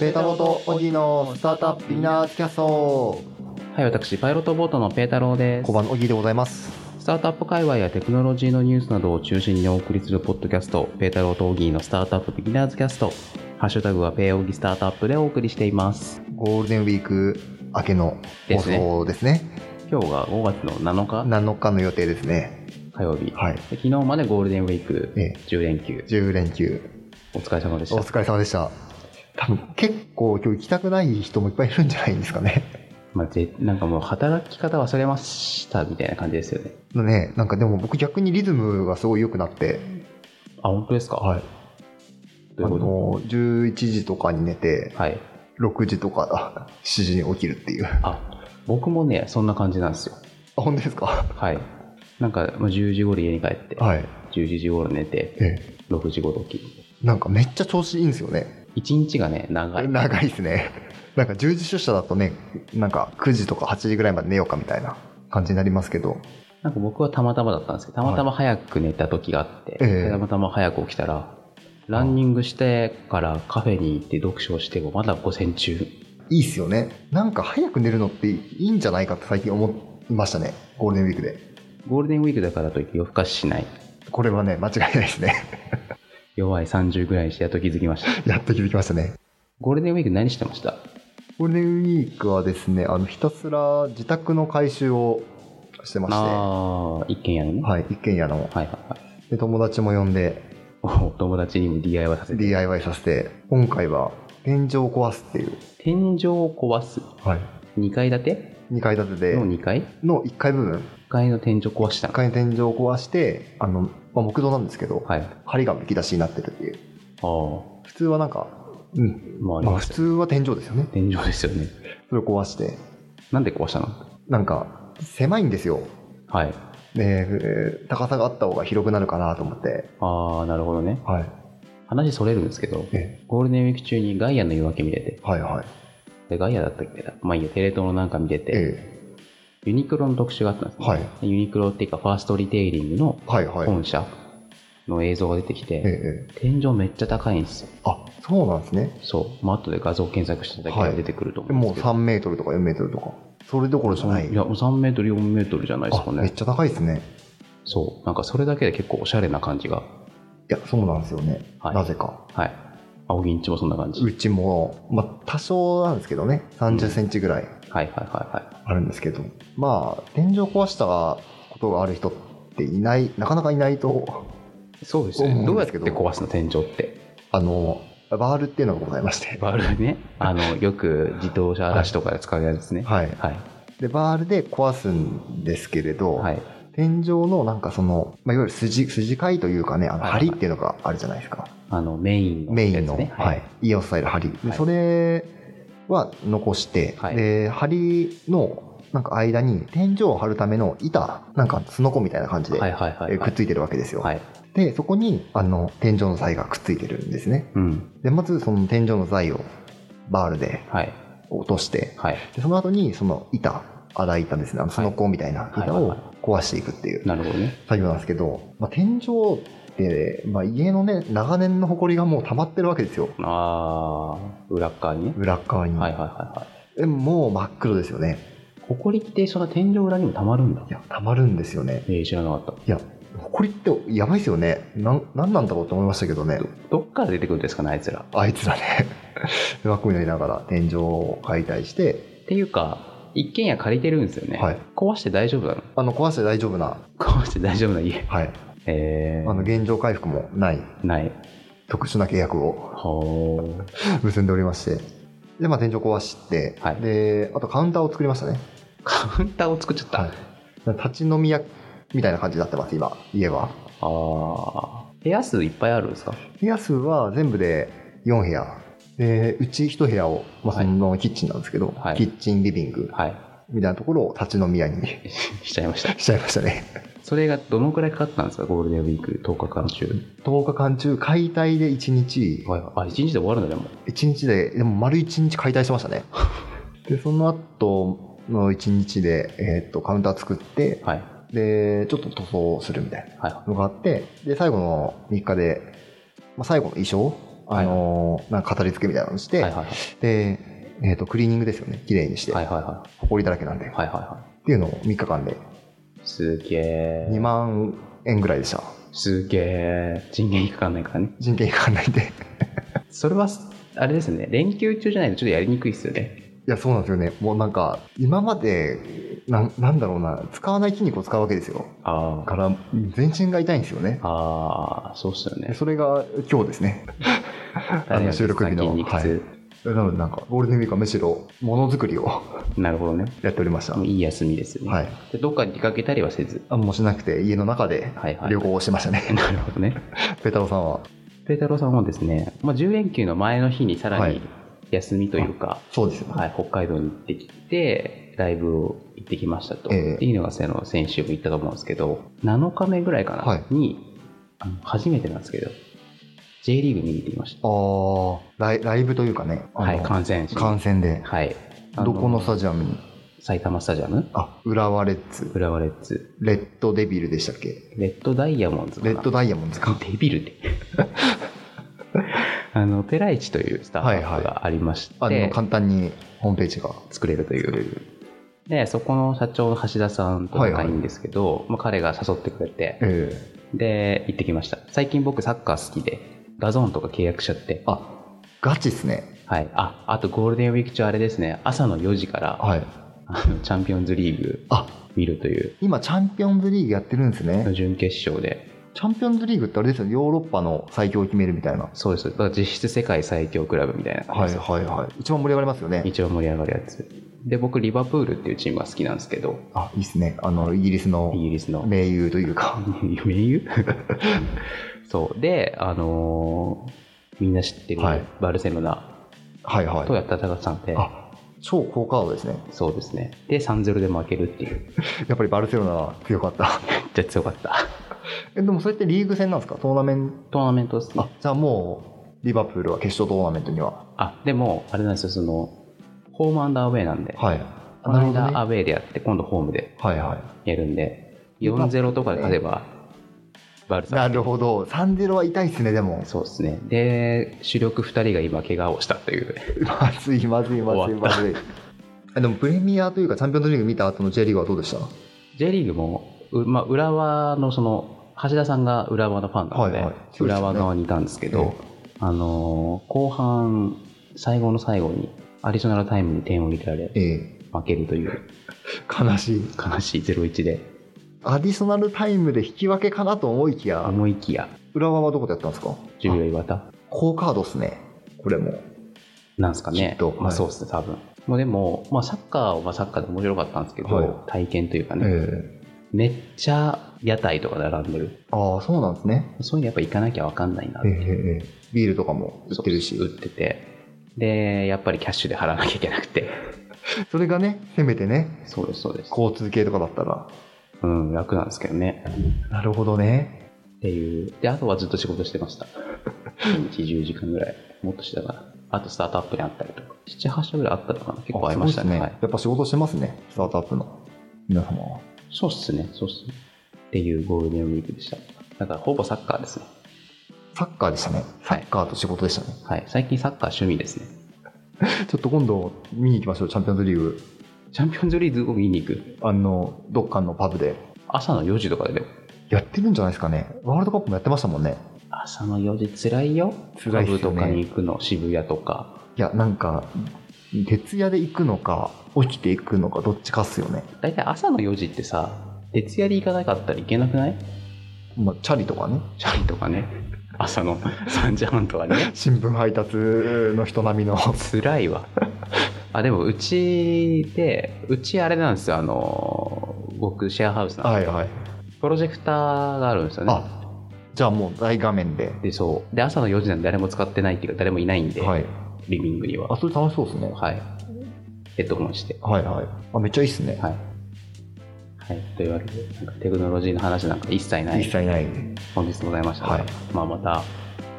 ペータボとオギのスタートアップビギナーズキャストはい、私、パイロットボートのペータローです小。判オギでございますスタートアップ界隈やテクノロジーのニュースなどを中心にお送りするポッドキャスト、ペータローとオギーのスタートアップビギナーズキャスト、ハッシュタグはペーオギスタートアップでお送りしています。ゴールデンウィーク明けの放送ですね今日が5月の7日7日の予定ですね火曜日。ではい昨日までゴールデンウィークええ10連休、 10連休お疲れ様でしおた。疲れ様でした多分結構今日行きたくない人もいっぱいいるんじゃないんですかね まあ、ぜなんかもう働き方忘れましたみたいな感じですよね。のねなんかでも僕逆にリズムがすごい良くなってあ、本当ですかはいあどういうのこ11時とかに寝てとはい。 6時とか7時 に起きるっていうああ、僕もね、そんな感じなんですよ。本当です かはい。なんか、まあ10時頃家に帰って、はい11時頃寝て、え6時頃起きえなんかめっちゃ調子いいんですよね一日がね長い長いですね。 なんか10時出社だとね、なんか9時とか8時ぐらいまで寝ようかみたいな感じになりますけど、なんか僕はたまたまだったんですけどたまたま早く寝た時があって、ええたまたま早く起きたらランニングしてからカフェに行って読書をしてもまだ午前中いいっすよね。なんか早く寝るのっていいんじゃないかって最近思いましたね。ゴールデンウィークで。ゴールデンウィークだからといって夜更かししないこれはね、間違いないですね。 弱い30ぐらいにしてやっと気づきました やっと気づきましたね。ゴールデンウィーク何してましたゴールデンウィークはですね、あの、ひたすら自宅の改修をしてまして、はああ一軒家のね、はい、い、一軒家の。はいはいで、友達も呼んで、お友達にも DIY させて DIY させて、今回は天井を壊すっていう、天井を壊すはい、 2階建て2階建てでの2階の1階部分1階の天井壊した1の階の天井を壊してあの、まあ、木造なんですけど、はいあ梁がむき出しになってるっていうあー普通はなんか、うんまあありまあ、ま普すよ通は天井ですよね天井ですよねそれを壊してなんで壊したのなんか狭いんですよはい。でえー高さがあった方が広くなるかなと思って、ああ、なるほどね。はい、話それるんですけど、えゴールデンウィーク中にガイアの夜明け見てて、はいはいでガイアだったっけなまあいいや、テレ東のなんか見てて、えユニクロの特集があったんですね。はいでユニクロっていうか、ファーストリテイリングのえはいはい本社の映像が出てきて、ええええ天井めっちゃ高いんですよ。あそうなんですねそう。まあ後で画像検索しただけで出てくると思でうんでもすうけど。 3メートルとか4メートルとかそれどころじゃないいや、もう3メートル、4メートルじゃないですあかめっね。ちゃ高いですねそう。なんかそれだけで結構おしゃれな感じが。いやそうなんですよね、はいなぜかはい。青木んちもそんな感じ。はういちも、まあ、多少なんですけどね30センチぐらいはいはいはい。あるんですけど、まあ天井壊したことがある人っていないなかなかいないと そうですよねね。どう思うんやでっすけてど壊すの天井って。あのバールっていうのがございましてバールね。あの、よく自動車嵐とかで使うやつですね。はい。はいはい。でバールで壊すんですけれど、はい。天井のなんかその、まあ、いわゆる筋筋貝というかねあのはいはい梁っていうのがあるじゃないですか、あの、メインのメやつイね。ンの、ははいい。、家を支える梁、ではいそれは残して、はいで梁のなんか間に天井を張るための板なんかすのこみたいな感じで、はいはいはえいーくはっい。ついてるわけですよ、はい。でそこにあの天井の材がくっついてるんですねうん。でまずその天井の材をバールではい。落としてはい。でその後にその板粗い板ですねあのそのこみたいな板はいをはいは壊していくっていうなるほどね。作業なんですけど、まあ、天井って、まあ、家のね長年の埃がもう溜まってるわけですよあー、裏っ側にね。裏っ側に、はいはいはいはい。でもう真っ黒ですよねほこりってその天井裏にもたまるんだい。や溜まるんですよねえー、知らなかった。いや埃ってやばいですよねなんなんなんだろうと思いましたけどねどっから出てくるんですかね、あいつら。っあいつらね 真っ黒になりながら天井を解体してていうか、一軒家借りてるんですよね。はい。壊して大丈夫なのあの壊して大丈夫な、壊して大丈夫な家。はい、あえのー、現状回復もないない。特殊な契約を ほー。結んでおりましてで、まあ、天井壊して、はいであとカウンターを作りましたね、カウンターを作っちゃった。はい、立ち飲み屋みたいな感じになってます今家はああ。部屋数いっぱいあるんですか部屋数は全部で4部屋でうち1部屋を、まあ、そはいのキッチンなんですけど、はいキッチンリビングはい。 みたいなところを立ち飲み屋に しちゃいました。しちゃいましたねそれがどのくらいかかったんですかゴールデンウィーク10日間中。 10日間中解体で1日はいはいあ、1日で終わるんだ、でも。一日で、でも丸一日解体してましたね。 で、その後の一日で、えーっと、カウンター作って、はい。で、ちょっと塗装するみたいはなのがあって、で、最後の3日で、まあ、最後の衣装い。あのーなんか語り付けみたいなのにして、はいはいはいで、えっとクリーニングですよね綺麗にして、はいはいは埃だらけなんで、いはいはいはっていうのを3日間でいすげえ2万円ぐらいでしたすげえ人件費かかんないからね人件費かかんないんで それはあれですね連休中じゃないとちょっとやりにくいですよねいやそうなんですよねもうなんか今までなんなんだろうな使わない筋肉を使うわけですよあだから全身が痛いんですよねあああそうっすよねそれが今日です ね あの収録日の、筋肉はい、痛なのでなんかゴールデンウィークはむしろものづくりをなるほどねやっておりました、もういい休みですよね、はいでどっかに出かけたりはせずあもうしなくて家の中ではいはい旅行をしてましたね、 なるほどねペタロさんはペータローさんはですね、まあ、10連休の前の日にさらはにい休みというか、そうですよね、はい北海道に行ってきてライブを行ってきましたと、ええっていうのがその先週も言ったと思うんですけど7日目ぐらいかな、はいにあの初めてなんですけど J リーグ見に行ってきましあーライライブというかね、たはいあの観戦し観戦で、はいあどこのスタジアムに埼玉スタジアムあ浦和レッズ浦和レッズレッドデビルでしたっけレッドダイヤモンズかレなッドダイヤモンドかデビルであのペライチというスタートアップがありまして、あでも簡単にホームページが作れるというでそこの社長の橋田さんと仲いいんですけど、まあ、彼が誘ってくれてええで行ってきました最近僕サッカー好きでダゾーンとか契約しちゃってあガチっすねはい、ああとゴールデンウィーク中あれですね朝の4時からはいあのチャンピオンズリーグあ見るという今チャンピオンズリーグやってるんですね、準決勝でチャンピオンズリーグってあれですよねヨーロッパの最強を決めるみたいなそうですだから実質世界最強クラブみたいな感はじいですはいはい一番盛り上がりますよね一番盛り上がるやつで僕リバプールっていうチームが好きなんですけどあいいっすねあのイギリスのイギリスの名優というか名優 そうであのーみんな知ってるはいバルセロナはいはといやった戦ったんで、あ超好カードですねそうですねで3-0で負けるっていうやっぱりバルセロナは強かった じゃあ強かったえでもそれってリーグ戦なんですかトーナメントトーナメントですねあじゃあもうリバプールは決勝トーナメントにはあでもあれなんですよそのホームアウェイなんで、はいこの間ねアウェイでやって今度ホームではいはやるんで4-0とかで勝てばバルいサなるほど3-0は痛いっすねでもそうですねで主力2人が今怪我をしたというまずいまずいまずいまずいあ でもプレミアというかチャンピオンズリーグ見た後の J リーグはどうでした J リーグも、うまあ、浦和のその橋田さんが浦和のファンなので,、はいはいそうですよね浦和側にいたんですけど、えあのー後半最後の最後にアディショナルタイムに点を入れられええ負けるという悲しい悲しい0-1でアディショナルタイムで引き分けかなと思いきや思いきや浦和はどこでやったんですか10秒岩田好カードっすねこれもなんですかきねっとまはいあ、そうですね多分もうでも、まあ、サッカーはまあサッカーで面白かったんですけど、は体験というかね、ええめっちゃ屋台とか並んでるああそうなんですねそういうのやっぱ行かなきゃ分かんないなってえいえうええビールとかも売ってるし売っててでやっぱりキャッシュで払わなきゃいけなくてそれがねせめてねそうですそうです交通系とかだったらうん楽なんですけどねなるほどねっていうであとはずっと仕事してました一日10時間ぐらいもっとしてたかなあとスタートアップにあったりとか78社ぐらいあったのかな結構会いましたねあすごはいっすい、やっぱ仕事してますねスタートアップの皆様はそうっすねそうっすねっていうゴールデンウィークでしただからほぼサッカーですねサッカーでしたねサッカーと仕事でしたね、はい最近サッカー趣味ですねちょっと今度見に行きましょうチャンピオンズリーグチャンピオンズリーグを見に行くあのどっかのパブで朝の4時とかでねやってるんじゃないですかねワールドカップもやってましたもんね朝の4時つらいよ辛いっすよねとかに行くの渋谷とかいやなんか徹夜で行くのか起きて行くのかどっちかっすよね、大体朝の4時ってさ徹夜で行かなかったらいけなくないまあ、チャリとかねチャリとかね朝の 3時半とかね新聞配達の人並み の辛いわあでもうちでうちあれなんですよあの僕シェアハウスなんではいはいプロジェクターがあるんですよねあじゃあもう大画面ででそうで朝の4時なんで誰も使ってないっていうか誰もいないんで、はいリビングにはあそれ楽しそうですねはいヘッドホンしてはいはいあめっちゃいいっすね、はい、はい、というわけでなんかテクノロジーの話なんか一切ない一切ない本日もございましたが、はいまあ、また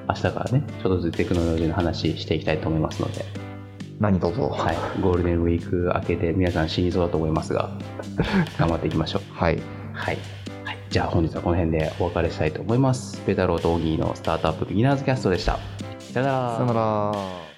明日からねちょっとずつテクノロジーの話していきたいと思いますので、何とぞはい、はい、ゴールデンウィーク明けで皆さん死にそうだと思います が頑張っていきましょうはい、はい、じゃあ本日はこの辺でお別れしたいと思いますペタローとオギーのスタートアップビギナーズキャストでしたさよなら 아.さよなら。